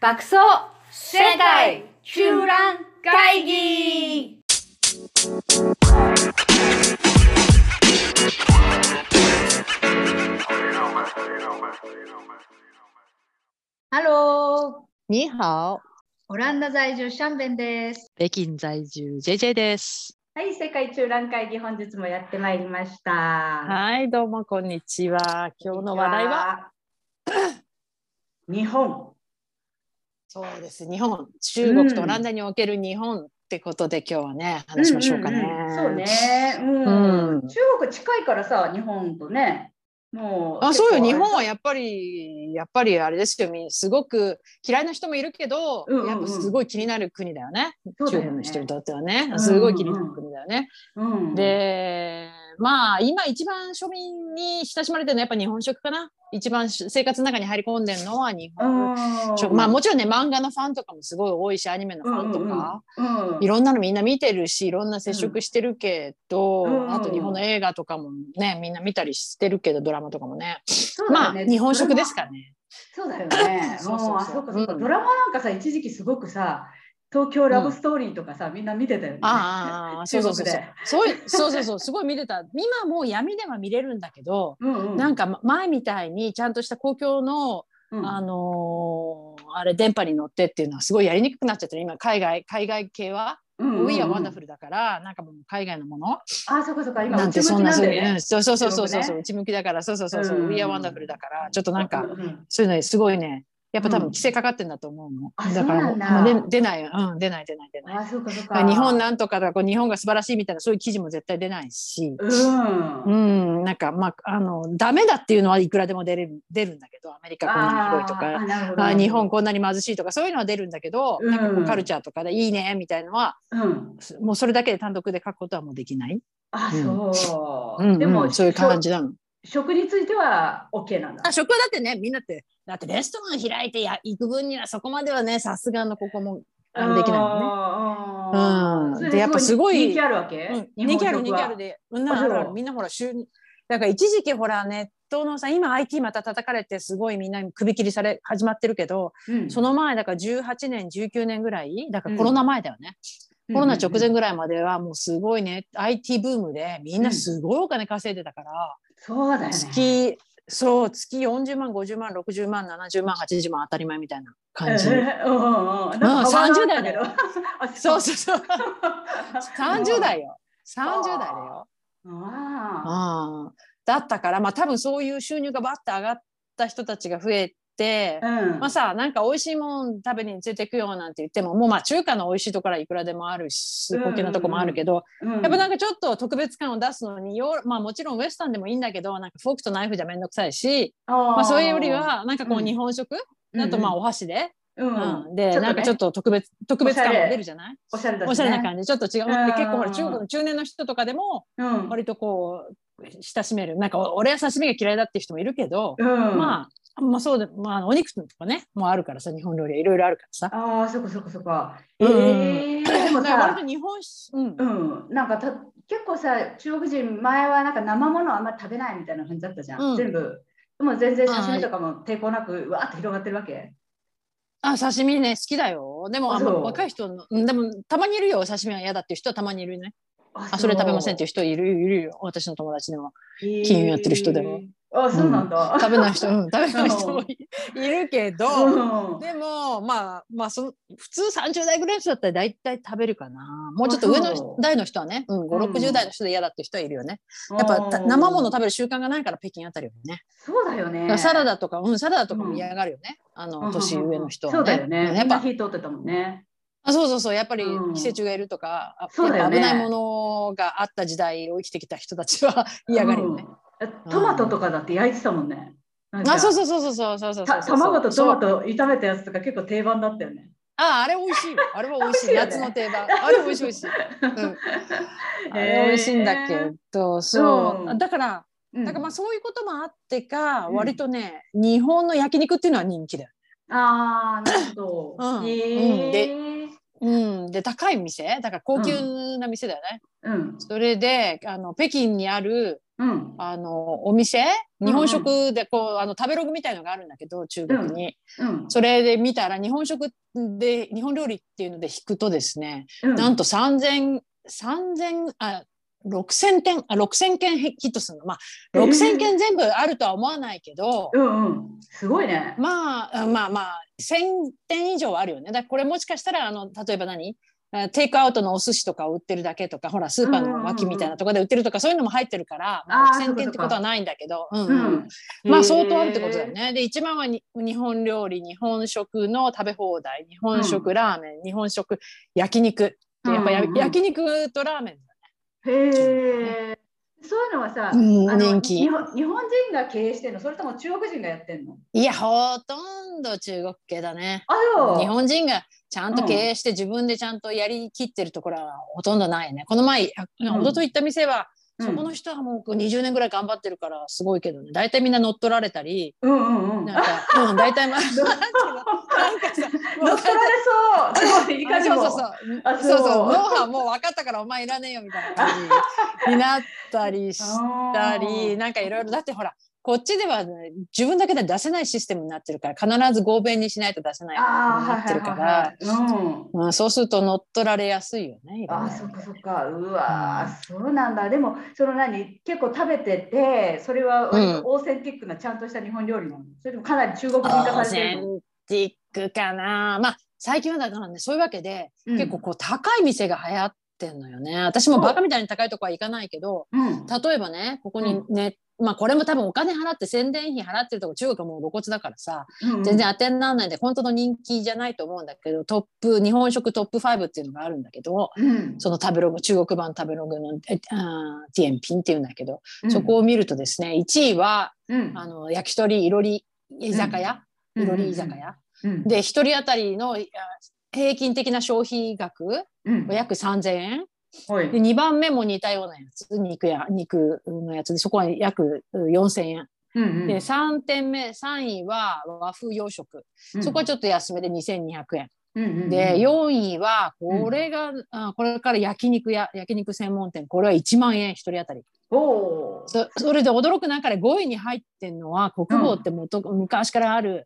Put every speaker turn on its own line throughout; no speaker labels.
爆走世界中覧会議ハロー
你好，
オランダ在住シャンベンです。
北京在住 JJ です。
はい、世界中覧会議本日もやってまいりました。
はい、どうもこんにちは。今日の話題は、
日本。
そうです。日本、中国とオランダにおける日本ってことで、今日はね話しましょうかね。
んんんそうね、うん。
うん
中国近いからさ、日本とね。もう。
あ、そう
結
よ。
構
日本はやっぱりやっぱりあれですよ。みすごく嫌いな人もいるけど、
うんうんうん
やっぱすごい気になる国だよね。
そうだよ
中
ね
国の人にとってはね
う、ん
すごい気になる国だよね。
うん、
でまあ今一番庶民に親しまれてるのはやっぱ日本食かな一番し生活の中に入り込んでるのは日本食、まあもちろんね漫画のファンとかもすごい多いしアニメのファンとか、
うんうんうん、
いろんなのみんな見てるしいろんな接触してるけど、
うん
あと日本の映画とかもねみんな見たりしてるけどドラマとかもね
そうだ
ま
よ
あ
ね
日本食ですからね。。
そうだよね
そ
も
うそうそう
うあそうかそうか、
うん
ドラマなんかさ一時期すごくさ東京ラブストーリーとかさ、みんな見てたよね。
ああああそうそうそうそう
中
そういそうそうそうすごい見てた今もう闇では見れるんだけど、
国でうんうん、
なんか前みたいにちゃんとした公共の
うん、
あのーあれ電波に乗ってっていうのはすごいやりにくくなっちゃってる今海外海外系は、
うんうんうん、
ウィーアワンダフルだからなんかもう海外のもの
あそうかそうか今
なんてそんな
内向
そ
き
ういう
だよね
うんそうそうそうそう
中
そ
国
う
ね
内向きだからそうそうそうそう、
うん
ウィーアワンダフルだからちょっとなん
う
か
ううん
そういうのすごいねやっぱ多
うん
分規制かかってんだと思うの、
あ
だからも
そう
う
なんだ
もう出出ないうん出ない出ない出ない
あそうかそうか。
日本なんとかだこう日本が素晴らしいみたいなそういう記事も絶対出ないし。
うん。
うん、なんかまああのダメだっていうのはいくらでも出れる出るんだけどアメリカこんなに広いとか
あーなるほど
あ日本こんなに貧しいとかそういうのは出るんだけど、
うん
なんかこうカルチャーとかでいいねみたいのは
うん、
すもうそれだけで単独で書くことはもうできない、
あ
うん
そう、
うんうん
でも
そういう感じな
し
の。
ょ食については OK なんだ
あ食はだってねみんなってだってレストラン開いてや行く分にはそこまではねさすがのここもあのできないのね。
の
うんでやっぱすごい
人気あるわけ、
うん、
本
人気ある人気あるで、うん、な
あそう
あるあるみんなほら週だから一時期ほらネットのさ今 IT また叩かれてすごいみんな首切りされ始まってるけど、
うん
その前だから18年19年ぐらいだからコロナ前だよね、
うん
コロナ直前ぐらいまではもうすごいね、IT ブームでみんなすごいお金稼いでたから、
そうだよね
月そう月40万50万60万70万80万当たり前みたいな感じ、
えーうんうんうんなんか変わらなかったけどあ
そうそうそう30代よ30代だよ
あ
ああだったからまあ多分そういう収入がバッと上がった人たちが増えて、
ーうん
まあさなんか美味しいもん食べに連れてくよなんて言ってももうまあ中華の美味しいところはいくらでもあるし高級なとこもあるけど、
うん
やっぱなんかちょっと特別感を出すのにヨーロまあ、もちろんウエスタンでもいいんだけどなんかフォークとナイフじゃ面倒くさいし
あ
まあ、
ー
それよりはなんかこ
う
うん日本食、
うん
だとまあお箸で、
う
うん
ん
で、
ちょっとね
なんかちょっと特別特別感も出るじゃない
おしゃれだしね
おしゃれな感じちょっと違
う
う、
ん
で結構ほら中国の中年の人とかでも
うん
割とこう親しめるなんかお俺は刺身が嫌いだっていう人もいるけど、
うん
まあまあそうで、まあ、お肉とかねもうあるからさ日本料理はいろいろあるからさ。
ああ、そこそこそこ。
うん
ええでも
だから割
さ
と、日本し、うん
うん、なんかた結構さ、中国人前はなんか生ものあんまり食べないみたいな感じだったじゃん。
うん
全部。でも全然刺身とかも抵抗なく、うわーって広がってるわけ。
あ刺身ね好きだよでもあんま
そう
若い人のうんでもたまにいるよお刺身は嫌だっていう人はたまにいるね
あ
あそれ食べませんっていうう人いるいるよ私の友達でも
金
金融やってる人でも。
あ、そうなんだ。
食べない人、うん、食べない人もいいるけど
うん
でもまあまあその普通30代ぐらいの人だったら大体食べるかなもうちょっと上
あそ
の
う
代の人はね、うん、
う
560
ん
代の人で嫌だっていう人はいるよねやっぱた生もの食べる習慣がないから北京あたりはね
そうだよ
だ
ね。
からサラダとか、うん、サラダとかも嫌がるよね、あの年上の人は、ね
そうだよね。や
んや
っ
っ
ぱ
ぱ
火通ってたもんね。
あそうそうそうやっぱり
うん
寄生虫がいるとか、あ
そうだ
や
よ
っ
ね
ぱ危ないものがあった時代を生きてきた人たちは 嫌がるよね。
うん。トマトとかだって焼いてたもんね。なんか
あそうそうそうそうそうそうそうそう
た卵とトマ
そう
ト炒めたやつとか結構定番だったよね。
ああれ美味しいよあれは美味しい
美味しいよね
夏の定番あれ美味しい美味しい、うん、あれ美味しいんだけど、そう、
うん
だから
うん
だからまあそういうこともあってか、
うん
割とね日本の焼肉っていうのは人気だよ、
あーなるほど。
うん
え
う
ー
んうん、で高い店だから高級な店だよね、
うん
それであの北京にある
うん
あのお店
ん
日本食でこう、あの食べログみたいのがあるんだけど中国に、
うん
それで見たら日本食で日本料理っていうので引くとですね、
うん
なんと3000 3000あ6000点あ6000件ヒットするのまあ6000件全部あるとは思わないけど、
うんうんすごいね。
まあまあまあ1,000点以上はあるよね。だからこれもしかしたらあの例えば何あテイクアウトのお寿司とかを売ってるだけとかほらスーパーの脇みたいなとこで売ってるとかそういうのも入ってるから、まあ
あー
6,000点ってことはないんだけど、う
う
んうん
ん
まあ相当あるってことだよ。ね。で一番はに日本料理日本食の食べ放題日本食、ラーメン日本食焼肉でやっぱや、
うんうん
焼肉とラーメン、
へえ。そういうのはさ、あの
人気
日本日本人が経営してんの、それとも中国人がやってんの？
いやほとんど中国系だね。
あそう。
日本人がちゃんと経営して自分でちゃんとやりきってるところはほとんどないね。この前、
ん
おととい行った店は、
うん
そこの人はもう20年ぐらい頑張ってるからすごいけどね。大体みんな乗っ取られたり、
うんうんうん。
なんか、 うん、大体 まあ、
乗っ
なんていうのなんかさ、も
乗
う
っ取られそう。そういかにも。
そうそう
あ
そう。そうそう、
そう
ノウハウもう分かったからお前いらねえよみたいな感じになったりしったり、なんかいろいろ、だってほら、こっちでは、ね、自分だけで出せないシステムになってるから、必ず合弁にしないと出せないようにな
あ
ってる
あ
か
ー、
ら
はいはい、はいはい。うん。
まあ、そうすると乗っ取られやすいよね。いろいろ
あそっかそっかうわーそうなんだでもその何結構食べててそれは割とオーセンティックなちゃんとした日本料理なの、それでもかなり中国人化
オ
され
ー
て
セ
るの、
ンティックかな。まあ、最近はだからね、そういうわけで、
うん、
結構こう高い店が流行ってんのよね。私もバカみたいに高いとこは行かないけど、
うん
例えばね、ここにね、まあこれも多分お金払って宣伝費払ってるとこ中国はもう露骨だからさ、
うん
全然当てにならないんで、本当の人気じゃないと思うんだけど、トップ、日本食トップ5っていうのがあるんだけど、
うん
その食べログ、中国版食べログの、えあーティエンピンっていうんだけど、
うん
そこを見るとですね、1位は
うん
あの焼き鳥いろり居酒屋、
うん
いろり居酒屋、
うん
で一人当たりのいや平均的な消費額
うん
約3,000円
ほい
で2番目も似たようなやつ肉や肉のやつでそこは約4,000円
うんうん
で3点目3位は和風洋食そこはちょっと安めで2,200円
うんうんうん
で4位はこれが、あこれから焼肉や焼肉専門店これは1万円一人当たり
おー
そそれで驚く中で5位に入ってんのは国防ってもと、昔からある、
うん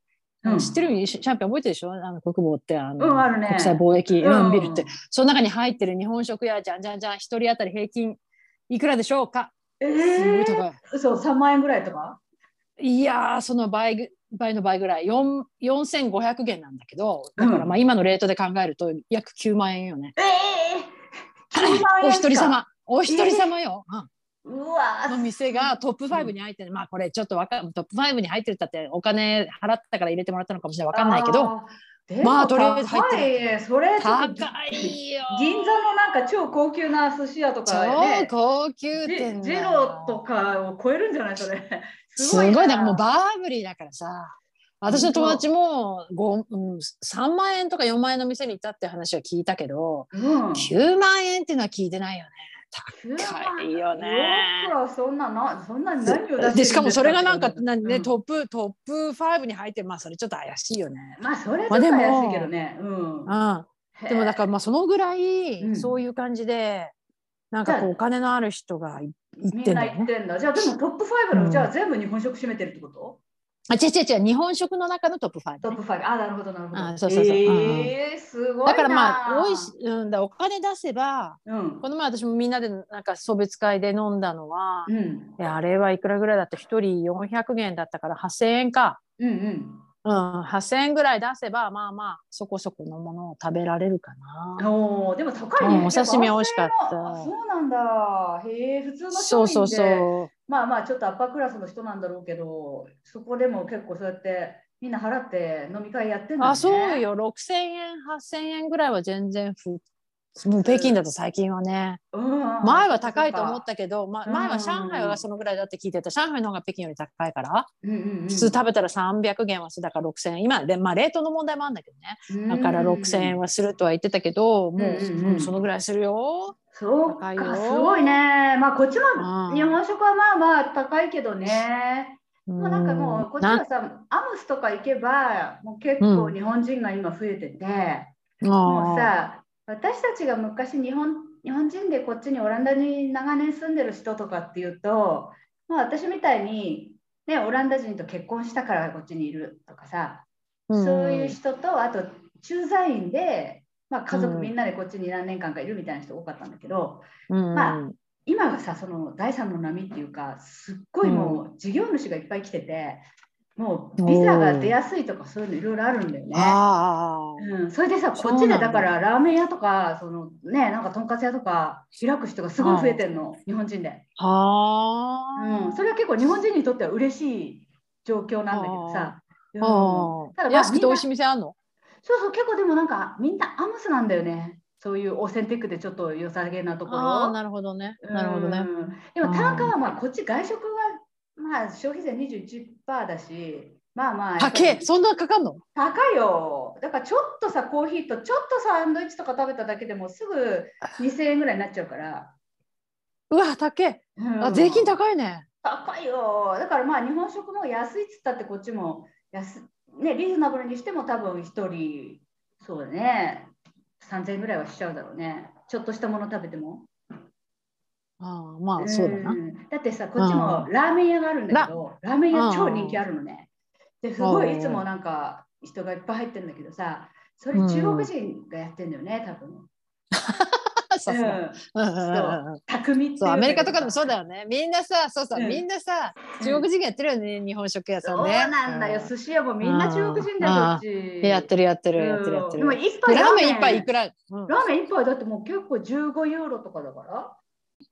知ってるシャンピオン覚えてるでしょあの国防ってあの、
うんあるね
国際貿易、うん
うん
ビルってその中に入ってる日本食やじゃんじゃんじゃん一人当たり平均いくらでしょうか
え
すごい
ー、
高い、
そう3万円ぐらいとか
いやーその倍ぐ倍の倍ぐらい4 4500元なんだけどだからまあ今のレートで考えると約9万円よね、
ええー、9万円
お一人
か
様お一人様よ、うん
うわー
の店がトップ5に入ってる、まあこれちょっとわかんトップ5に入ってるったってお金払ったから入れてもらったのかもしれないわかんないけど
あーでも
まあとりあえず入って
高
る
いねそれちょっ
高
と
いよ
銀座のなんか超高級な寿司屋とか
超
ね、
高級
ジ
店
ジ
だよ
ロとかを超えるんじゃないそれ。
すごいだからもう
バ
バーブリーだからさ私の友達もご、うん、3万円とか4万円の店に行ったって話は聞いたけど
うん。
9万円っていうのは聞いてないよね高
高
いよね
らそんななそんな何を出してるんです
でしかもそれがなんか
って
なん、ね
うん
トップトップ5に入ってまあそれちょっと怪しいよね
まあそれと
まあ
か
でも
怪しいけどね。うん。
うんでもだからまあそのぐらい、
うん
そういう感じでなんか
じゃ
こ
あ
うお金のある人がい行
み
って
ん
ん
な
だ
言
よ
っ
ね。
てんだ。じゃあでもトップ5の、
うん
じゃあ全部日本食占めてるってこと？
あ違う違う違う日本食の中のトップ5、
トッ
ね
プ。5。あなるほどなるほど。
あそうそうそう
え
うん
えすごいな。
だからまあおいし、うん、だお金出せば
うん
この前私もみんなでなんか送別会で飲んだのは、
うん
いやあれはいくらぐらいだった一人400元だったから8,000円か、
うんうん。
うん、8,000円ぐらい出せばまあまあそこそこのものを食べられるかな。
おーでも高いね。
うんお刺身美味しかった
やぱ男性のあそうなんだ。へえ、普通の商品
そう
で
そうそう。
まあまあちょっとアッパークラスの人なんだろうけど、そこでも結構そうやってみんな払って飲み会やってんだ、ね。
あそう。よ6,000円8,000円ぐらいは全然ふもう北京だと最近はね
うん、
前は高いと思ったけど、ま、
うん
前は上海はそのぐらいだって聞いてた上海の方が北京より高いから
うんうんうん、
普通食べたら300元はするだから6,000円今で、まあ、冷凍の問題もあるんだけどね
うん
だから6,000円はするとは言ってたけどもう、
うんうんうん
うんそのぐらいするよ。
そう
高
か
いよ
すごいね。まあこっち
う
も
ん
日本食はまあまあ高いけどね。もうなんかもうこっち
な
はさアムスとか行けばもう結構日本人が今増えてて。もう
あ
さ私たちが昔日本日本人でこっちにオランダに長年住んでる人とかっていうとまあ、私みたいに、ね、オランダ人と結婚したからこっちにいるとかさ、
うん
そういう人とあと駐在員で、まあ、家族みんなでこっちに何年間かいるみたいな人多かったんだけど、
うん
まあ今はさその第三の波っていうかすっごいもう事業主がいっぱい来てて、もうビザが出やすいとかそういうのいろいろあるんだよね。
あー
うん、それでさこっ
そう
ちで
なんだ
だからラーメン屋とかそのねなんかとんかつ屋とか開く人がすごい増えてるの、日本人で、
は
うん、それは結構日本人にとっては嬉しい状況なんだけどさ、うん、
あ
ただまあ
安く
み
て美
んな
味しい店あんの
そうそう結構でもなんかみんなアムスなんだよねそういうオーセンティックでちょっと良さげなところ
ああーなるほどねなるほどね
うんでも単価はまあこっち外食はまあ消費税21%だしまあまあ
高えそんなかかんの
高いよだからちょっとさコーヒーとちょっとサンドイッチとか食べただけでもすぐ2000円ぐらいになっちゃうから、
うわ高え
うん
あ税金高いね
高いよだからまあ日本食も安いっつったってこっちも安ねリーズナブルにしても多分1人そうだね3000円ぐらいはしちゃうだろうねちょっとしたもの食べても
ああまあそうだな
うんだってさこっちもラーメン屋があるんだけどラーメン屋超人気あるのねですご
うん
いいつもなんか人がいっぱい入ってるんだけどさそれ中国人がやってんだよね多分、
さすが
うん
うんうんうんうん
匠ってい
そうアメリカとかでも
う
そうだよねみんなさそうそう
うん
みんなさ
うん
中国人がやってるよね日本食屋さ
そう
んね
なんだよ、寿司屋もみんな中国人だよ
うん
こっち
やってるやってる
うん
やってるやって
でも
る
一杯
ラーメン一杯いくらうん
ラーメン一杯だってもう結構15ユーロとかだから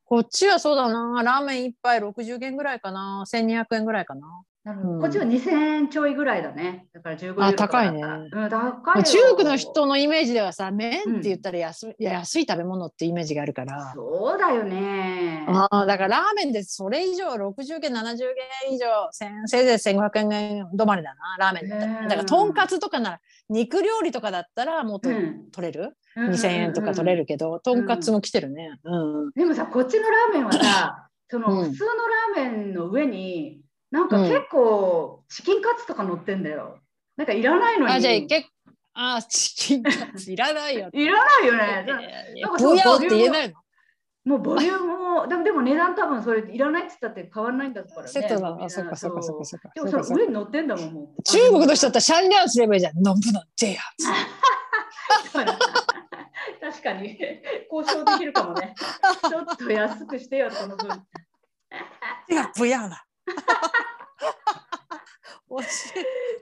こっちはそうだなラーメン一杯60元ぐらいかな1200円ぐらいかな
なるほど
うん
こっちは2000円ちょいぐらいだねだから15ユーロ
あ
とかだから
高いね
うん、高いよ
中国の人のイメージではさ麺って言ったら安,、いや安い食べ物ってイメージがあるから、
そうだよね
ああだからラーメンでそれ以上60元70元以上1000せいぜい1500円止まりだなラーメンだったら、
うん
だからとんかつとかなら肉料理とかだったらもっと
うん
取れる、
うん
2000円とか取れ
る。
るけど、とんかつも来てるね、うん
でもさ、こっちのラーメンは さ、その
うん
普通のラーメンの上に、なんか
うん
結構チキンカツとか乗ってんだよ。なんかいらないのに。
あじゃあけあチキンカツいらない よ
いらないよ
いや
ね
い。
だから
やい
な
や
んか
ブヤオって言えないの
もうボリュームも、でもでも値段多分それいらないって言ったって変わらないんだからね。
セットだ
みん
あそっかそっかそっか
う
そっか
でもそ
そっかそ
の
っか
上に乗ってんだもん、もう。
中国の人だ ったらシャンリャンすればいいじゃん。飲むなんてや。
確かに、交渉できるかも ね。ちょっと安くしてよ、その分。
いや、不要 だ。我是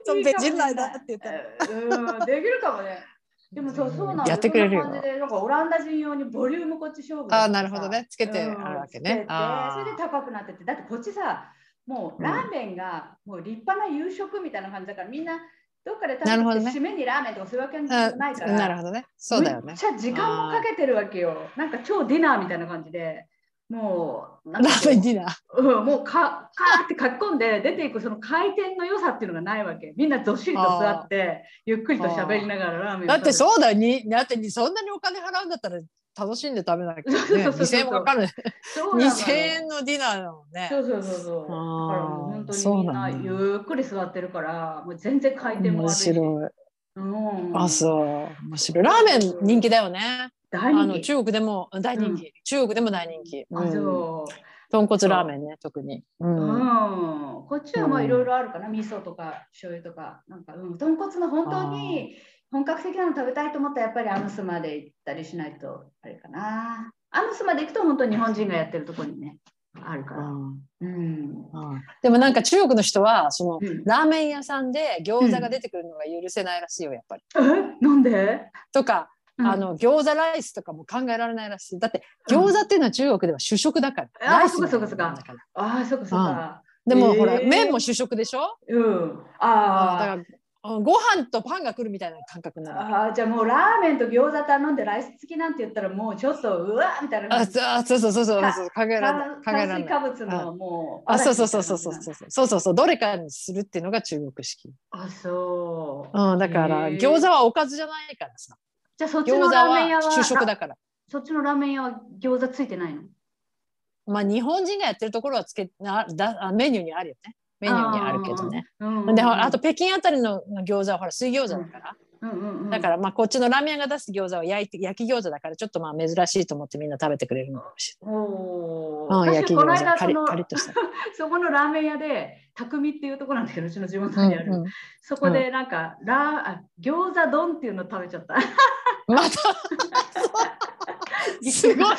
从北京来的って言ったら。
うん、できるかも ね。でもそうそうなんだ
やってくれるよ
そんな感じでなんかオランダ人用にボリュームこっち勝負
あーなるほどねつけて
うん
あるわけ
つけ
ね
て
あー
それで高くなってて、だってこっちさ、もうラーメンがもう立派な夕食みたいな感じだから、みんなどっかで食べ
な
て
るほどね
締めにラーメンとかそういうわけじゃないから、
なるほどね。そうだよ
め
ね
っ。ちゃ時間もかけてるわけよ。なんか超ディナーみたいな感じで、もう、な
ラ
んかこう
ーメンディナー。
うん、もうかカーって書き込んで出ていくその回転の良さっていうのがないわけみんなどっしりと座ってゆっくりと喋りながらラーメンを
だって
食
そうだよに、だってにそんなにお金払うんだったら楽しんで食べなきゃ
そう
ね。
そうそう
2000円もかかる。
べる
2000円のディナーだもんね。
そうそうそうそうそうだからもう本当に
そ
み
うんな
なん
だ
ゆっくり座ってるからもう全然回転も
面
悪いし、
白い。
うん、
あ、そう。面白い。ラーメン人気だよね。あ
大
の
人気
中国でも大人気。中国でも大人気。
あ
うん
そう
豚骨ラーメンね、特に。う。
うんん、こっちはま
う
あ
ん
いろいろあるかな、味噌とか醤油とか、なんか、うん、豚骨の本当に本格的なの食べたいと思ったら、やっぱりアムスまで行ったりしないと、あれかな。アムスまで行くと、本当に日本人がやってるところにね、あるか
う
ら。
ん
うん。
うんでもなんか中国の人はその
うん
ラーメン屋さんで餃子が出てくるのが許せないらしいよやっぱり。
え、なんで。
とか、
うん
あ、の餃子ライスとかも考えられないらしい。だって餃子っていうのは中国では主食だか
う
ら。
んあー
ライスみたいな
そうかそうかそう
もんだから
ああ、そっかそっか。
でも、
へー
ほら麺も主食でしょ。
うん。あ
だか
あ。
らうんご飯とパンが来るみたいな感覚になる。
ああじゃあもうラーメンと餃子頼んでライス付きなんて言ったらもうちょっとうわーみたいな感
あ
じ
そうあそうそうそうそうそう考えられない
炭
考えられな
炭
い
水。化物のもう
あそうそうそうそうそう
う
そうそうそうそうどれかにするっていうのが中国式。
あそう
うんだから
へー
餃子はおかずじゃないからさ。
じゃあそっち
餃
の
子
ラーメン屋
は
は
主食だから。
あそっちのラーメン屋は餃子ついてないの
まあ、日本人がやってるところはつけなだあメニューにあるよね。メニューにあるけどね。
うん
で、ほらあと、北京あたりの餃子はほら水餃子だから、
うんうんうん、
だからまあこっちのラーメン屋が出す餃子は焼いて焼き餃子だからちょっとまあ珍しいと思ってみんな食べてくれるのかもし
お
れ
ー
ない。うん、焼
私
き
この
餃
間
子カ
そ
リ
の
カリッとした。
そこのラーメン屋で匠っていうところなんだけどうちの地元
うん
にある、
うん、
そこでなんか、ラーあ餃子丼っていうの食べちゃった
またそうすごいそ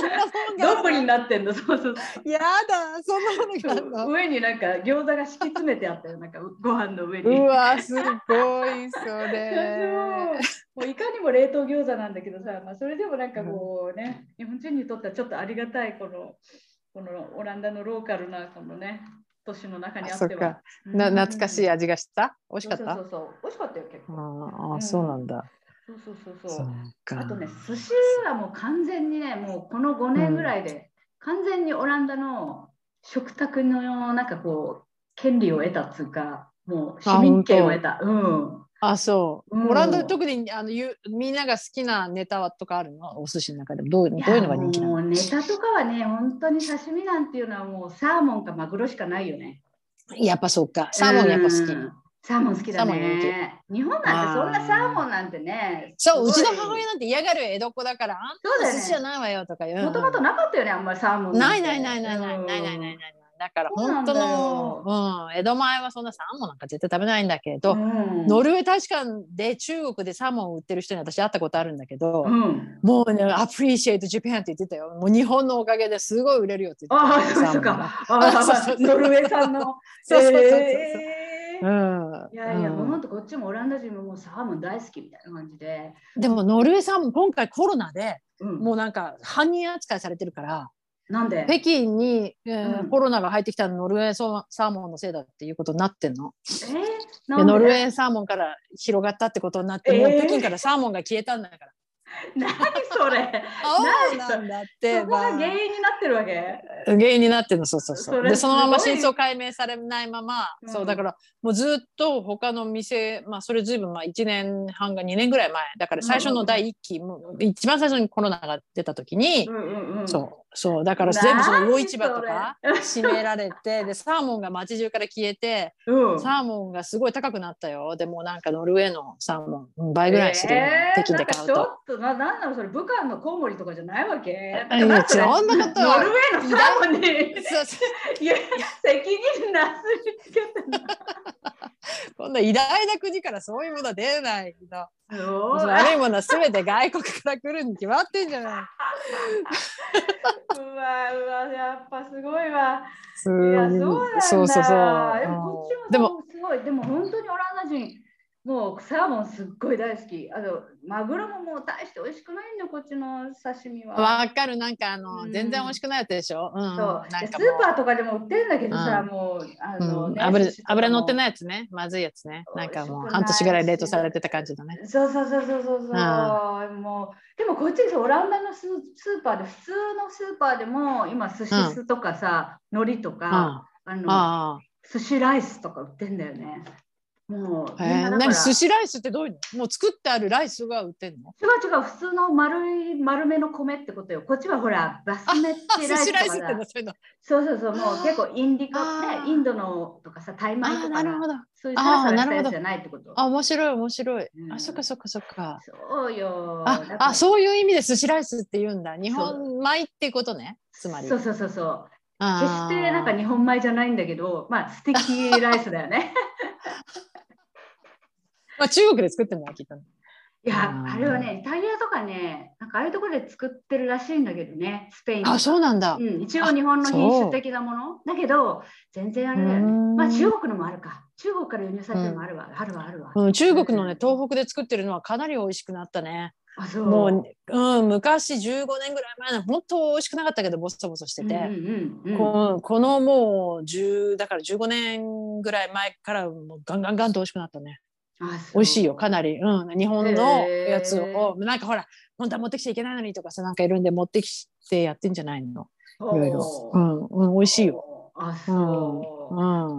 ん なもんが
丼になってんのそうそう
やだそんなものがあんの
上になんか餃子が敷き詰めてあったよなんかご飯の上に
うわすごいそ
そう
れ。
もういかにも冷凍餃子なんだけどさ、まあ、それでもなんかこうね、日本人にとってはちょっとありがたいこのこのオランダのローカルなこのね都市の中にあって
あそっか
は
な懐かしい
や
味がした美味
美
しかった
そうそうそう美味しかったよ結構
ああそうなんだ。
そうそうそうそう
そうか。
あとね寿司はもう完全にねもうこの5年ぐらいで完全にオランダの食卓のなんかこう権利を得たっつうかもう市民権を得たうん
あ、そう。
うん
オランダで特にあのゆみんなが好きなネタはとかあるのお寿司の中でもどうどういうのが人気な
も
の
うネタとかはね、本当に刺身なんていうのはもうサーモンかマグロしかないよね。
やっぱそうか。サーモンやっぱ好き。
うんサーモン好きだ
サーモン
ね。日本なんてそんなサーモンなんてね。
そう、う
す
ち
ご
の
い
母親なんて嫌がる江戸っ子だから、あ
そうんだ
な
よね
寿司じゃないわよとか言うの。
もともとなかったよね、あんまりサーモン
なんい
て
ないないないないないないないない。だから
そうな
本
んだ
当
よ
の、うん、江戸前はそんなサーモンなんか絶対食べないんだけど、
うん
ノルウェー大使館で中国でサーモンを売ってる人に私会ったことあるんだけど、
うん。
もうね、アプリシェイトジャパンって言ってたよ。もう日本のおかげですごい売れるよって言って
あ
た
あ、
よ。
そう
サーモ
そう
ンが
か。あ
そうそう
あ、
そう
ノルウェー産の。
そうそうそうそうそう。
えー
うん
いやいや、
うん
もう本当こっちもオランダ人ももうサーモン大好きみたいな感じで。
でもノルウェーさんも今回コロナで
うん
もうなんか犯人扱いされてるから
なんで
北京に、えー
うん
コロナが入ってきたのノルウェーソーサーモンのせいだっていうことになってんの
えー
で
なんで
ノルウェーサーモンから広がったってことになって、もう
えー
北京からサーモンが消えたんだから
何それ
あそう
ない
なんだっ
そ
て
こが原因
ま
になってるわけ
あ原因になってんのそうそうそう
それ
でそのまます
ごい
真相解明されないまま、
うん
そうだからもうずっと他の店まあそれずいぶんまあ1年半が2年ぐらい前だから最初の第1期、もう一番最初にコロナが出た時に、
うんうんうん
そうそうだから全部その魚市場とか
何
閉められ てでサーモンが街中から消えて
うん
サーモンがすごい高くなったよでもうなんかノルウェーのサーモン倍ぐらいするよ
えー
北京で買う
なん
と。
かちょっとななんなのそれ武漢のコウモリとかじゃないわけ
いや
なんかそれ
そんなことは
ノルウェーのサーモンに
そうそ
いや責任なすりつけた
うこんな偉大な国からそういうものは出ないの
のそう
悪いものは全て外国から来るに決まってんじゃないう
わうわやっぱすごいわ
す
いやそうなんだ
そうそうそう
でもこっちも
でも
すごいでも本当にオランダ人もうサーモンすっごい大好きあのマグロももう大して美味しくないんだよこっちの刺身は
わかるなんかあの、
うん
全然美味しくないやつでしょ、うん、なん
そう
か
で
も
スーパーとかでも売ってんだけどさ、
うん
もうあの、
うん、
ね
油油乗って
い
ないやつねまずいやつねなんか
美味しくな
もう
い
半年ぐらい冷凍されてた感じだね
そうそうそうそうそうそう、
う
もうでもこっちにさオランダのススーパーで普通のスーパーでも今寿司酢とかさ、海苔と
うん
か、
あ
あの
あ
寿司ライスとか売ってんだよねもう、
え
みん
ー、
なだ
何
から
寿司ライスってどういうのもう作ってあるライスが売ってんの
違う違う普通の丸い丸めの米ってことよこっちはほらバスメッティ
寿
ライ
司
ス
ライ
と
ス
か
っての
だ
はそういうの
そうそうそうもう結構インディ
あ
コ
ー
ねインドのとかさタイ米
ああ
と
な
か
るほ
の
ど
そういうサラサラしたやつじゃないってこと
あ面白い面白い、
うん
あそっかそっかそっか
そうよ。だか
あ
ら
あそういう意味で寿司ライスって言うんだ日本米っていうことねつまり
そうそうそうそう。決
あ
し
ー
てなんか日本米じゃないんだけど、まあ素敵ライスだよ ね。
まあ、中国で作ってるのは聞いたの
いや
あ、ー
あれはね、イタリアとかね、なんかああいうところで作ってるらしいんだけどね、スペインとか
あそうなんだ、
うん、一応日本の品種的なものだけど、全然あれだよ
うー
ね。
ん
まあ中国のもあるか。中国から輸入されてるのもあるわ、あるわ、あるわ。
うん、中国のね東北で作ってるのはかなり美味しくなったね
あ、そう。
もう、うん、昔15年ぐらい前の本当美味しくなかったけどボソボソして
うんう
て、
んうんうん
こうこのもう10だから15年ぐらい前からもうガンガンガンと美味しくなったね
あそう
美味しいよかなり、うん、日本の
へー
やつをなんかほら本当は持ってきちゃいけないのにとかさなんかいるんで持ってきてやってんじゃないのいろいろ、う
おー
んうん、美味しいよ、
あ、そう。
う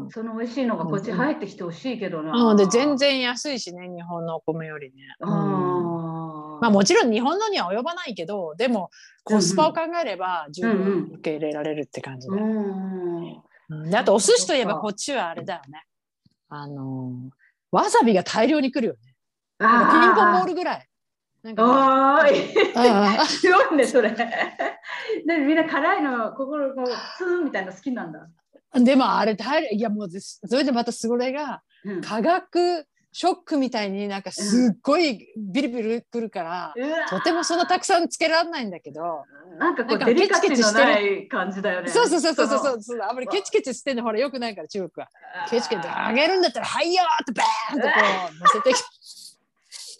ん
その美味しいのがこっち入ってきてほしいけどな。
うん、で全然安いしね日本のお米よりね、
あ
う
ー。
んまあ、もちろん日本のには及ばないけどでもコスパを考えれば十分受け入れられるって感じで,、
うん
うんであとお寿司といえば
そっか
こっちはあれだよねあのーわさびが大量に来るよねなんかピンポンボー
ル。
ルぐらい。なん
お
か
ーい。
ね、ああ
すごいね、それ。でみんな辛いの、心こう、ツーンみたいなの好きなんだ。
あでもあれ大変いやもうぜそれでまたそれが
うん
化学ショックみたいになんかすっごいビリビリくるから、
うわ
とてもそんなたくさんつけられないんだけど、
なんかこ
な
う、
んか
デリカシ
ケ
ー
チケチ
の
してる
ない感じだよね。
そうそうそうそうそう
そ
そう
の
あんまりケチケチしてんのほらよくないから中国は
あー
ケチケチあげるんだったら「はいよ!」ってバーンとこう乗せてきて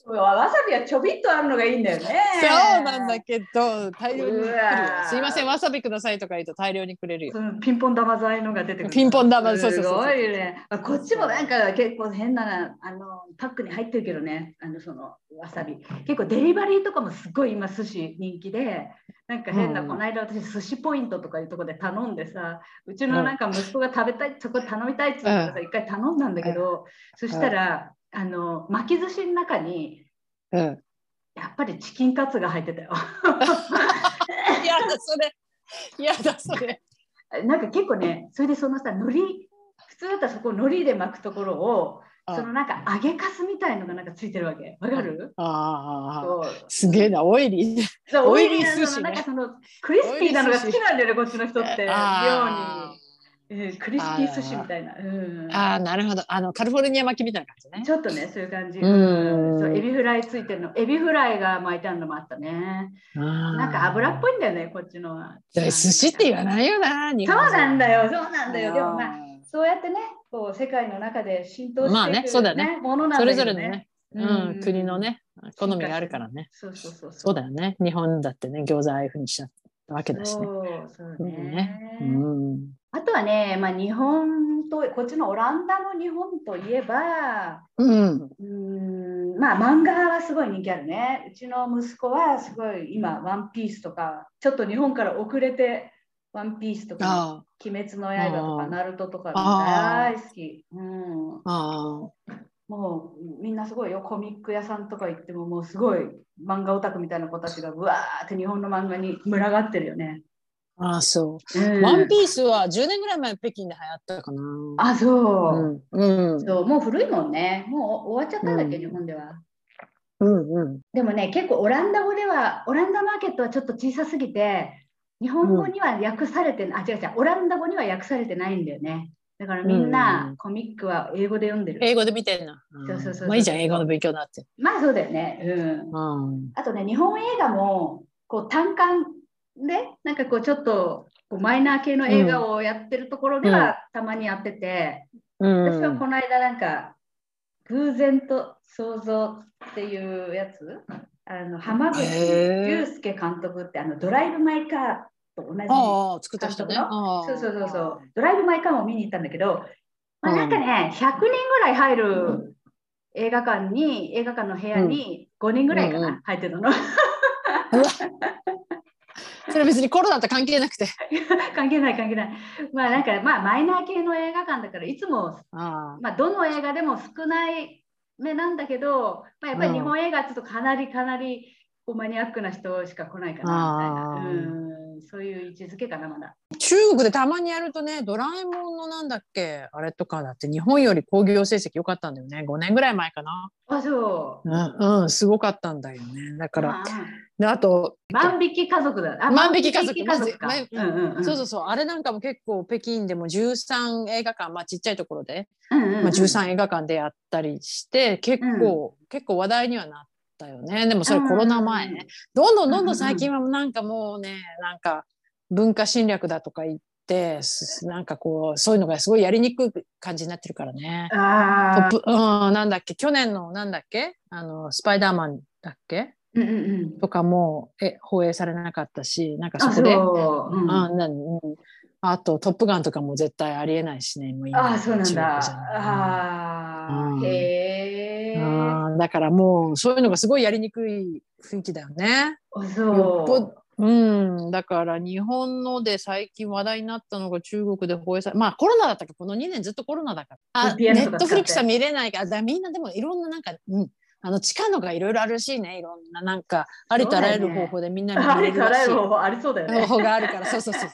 うわわさびはちょびっとあるのがいいんだよね。
そうなんだけど大量に来るよ
うわー
すいませんわさびくださいとか言うと大量にくれるよ
そのピンポン玉剤のが出てくる。
ピンポン玉そうそうそう
す
そう
ごいね。あこっちもなんか結構変なあのパックに入ってるけどね、あのそのわさび。結構デリバリーとかもすごい今寿司人気で、なんか変な、
うん
この間私寿司ポイントとかいうとこで頼んでさ、うちのなんか息子が食べたい、そこ頼みたいって言ったからさ、一回頼んだんだけど、そしたら、あの巻き寿司の中に
うん、
やっぱりチキンカツが入ってたよ。
やだそれやだそれ
なんか結構ね、それでそのさ、海苔、普通だったらそこを海苔で巻くところを、
あ
そのなんか揚げかすみたいのがなんかついてるわけ。わかる、
ああ
そう
すげえなオイリー
そう
オイリー
なの
寿司ね
なんかそのクリスピーなのが好きなんだよね、こっちの人って。妙
あー
に、うんクリスピー寿司みたいな。うん
あーなるほどあのカリフォルニア巻きみたいな感じね
ちょっとね、そういう感じ。
うん
そうエビフライついてるの。エビフライが巻いてあるのもあったね。
な
なんか油っぽいんだよね、こっちのは。
寿司って言わないよな日
そう
本人
なんだよ、そうなんだよ。でもまあ
あ、ー
そうやってね、こう世界の中で浸透していく、
まあねそうだね
ものなんだ
それ
け
ぞ
ど
れのね、うん、国の。ね好みがあるからね
そうそうそう
そうだよね。日本だってね、餃子ああいうふうにしちゃったわけだし
そ
ね。
うそう
うん
ね
ね。うん。
あとはね、まあ日本とこっちのオランダの日本といえば、
うん。
うーんまあ漫画はすごい人気あるね。うちの息子はすごい今ワンピースとか、ちょっと日本から遅れてワンピースとか、
あ
鬼滅の刃と
あ
か
ー
ナルトとか
あ
大好き。うん。
あ。あ
もうみんなすごいよコミック屋さんとか行ってももうすごい漫画オタクみたいな子たちがうわーって日本の漫画に群がってるよね。
あ。ああ、そうう。
ん
ワンピースは10年ぐらい前北京で流行ったかな。
あそう,、
うん。うん。うん
そうもう古いもんねもう終わっちゃったんだっけ、
うん
日本では。
うん。
でもね結構オランダ語ではオランダマーケットはちょっと小さすぎて日本語には訳されてな、あ違う違うオランダ語には訳されてないんだよね。だからみん
うんう
なんコミックは英語で読んでる。
英語で見てんな。ん
そうそうそうそう
まあいいじゃん、英語の勉強だって。
まあそうだよね。うん
うん。
あとね、日本映画もこう単館で、なんかこうちょっとこうマイナー系の映画をやってるところで
うん
はたまにやってて、私
う
はこ
ん。
の間なんか、偶然と想像っていうやつ、あの浜口
へー
竜介監督ってあのドライブ・マイ・カーと同じ。
ああ、作った人ね。
監督
ああ
そうそうそうそう。ドライブ・マイ・カーも見に行ったんだけど、まあ、
うん
なんかね、100人ぐらい入る映画館に、映画館の部屋に5人ぐらいかな、
うんうん
入ってたの。
それ別にコロナと関係なくて。
関係ない関係ない。まあなんかまあマイナー系の映画館だからいつも、
あ
まあ、どの映画でも少ない目なんだけど、まあ、やっぱり日本映画はちょっとかなりかなりこうマニアックな人しか来ないかなみたいな
あ
うんそういう位置づけかなまだ。
あ。中国でたまにやるとね、ドラえもんのなんだっけ、あれとかだって日本より興行成績良かったんだよね。5年ぐらい前かな。
あそう。
うん、うん、すごかったんだよね。だから、
あ
であと、
万引き家族だ。あ
万引き家族
万引き家族か
まず
うんうんうん
そうそうそう、あれなんかも結構北京でも13映画館、まあちっちゃいところで、
うんうんうん
まあ、13映画館でやったりして、結構、結構話題にはなったよね。でもそれコロナ前ね。どんどんどんどん最近はなんかもうね、なんか文化侵略だとか言って、すなんかこう、そういうのがすごいやりにくい感じになってるからね。ト
あ
ッ
あ。
プうん、なんだっけ、去年のなんだっけ、あの、スパイダーマンだっけ
うんうんうん。
とかもえ放映されなかったし、なんかそ
あ
こで、
そう。うん
あなうんあと、トップガンとかも絶対ありえないしね、もう今
あそうなんだ。
中国じゃ
あ
うん
あ。へえ。
あーだからもう、そういうのがすごいやりにくい雰囲気だよね。
あ
よっぽ
そう
ど。うん、だから日本ので最近話題になったのが中国で放映されまあコロナだったけどこの2年ずっとコロナだからあ
VPN
ネ
とか使って
ットフリックスは見れないからだからみんなでもいろんななんか、うん、あの地下のがいろいろあるらしいねいろんななんかありとあらゆる方法でみんな
あ
見れ
り
る
からら
しい
い。方法ありそうだよね。
方があるから、そうそうそう。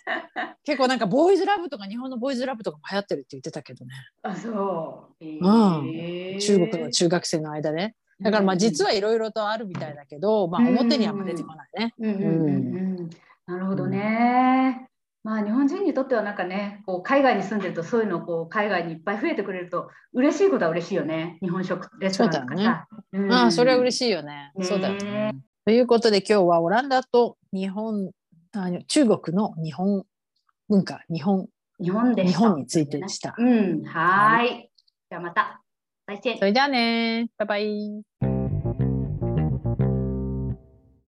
結構なんかボーイズラブとか日本のボーイズラブとかも流行ってるって言ってたけどね。
あそう。
うん
へー
中国の中学生の間で、だからまあ実はいろいろとあるみたいだけど、まあ表にはあんま出てこないね。
うんうんうんうん、なるほどね。まあ、日本人にとってはなんかねこう海外に住んでるとそういうのをこう海外にいっぱい増えてくれると嬉しいことは嬉しいよね日本食レストランとかさ。
うね、ああそれは嬉しいよね。
ね
そうだよね。ということで今日はオランダと日本あの中国の日本文化日本
日本で
日本についてでした。
うん、はい。じゃあまた。再见。
それじゃあねバイバイ。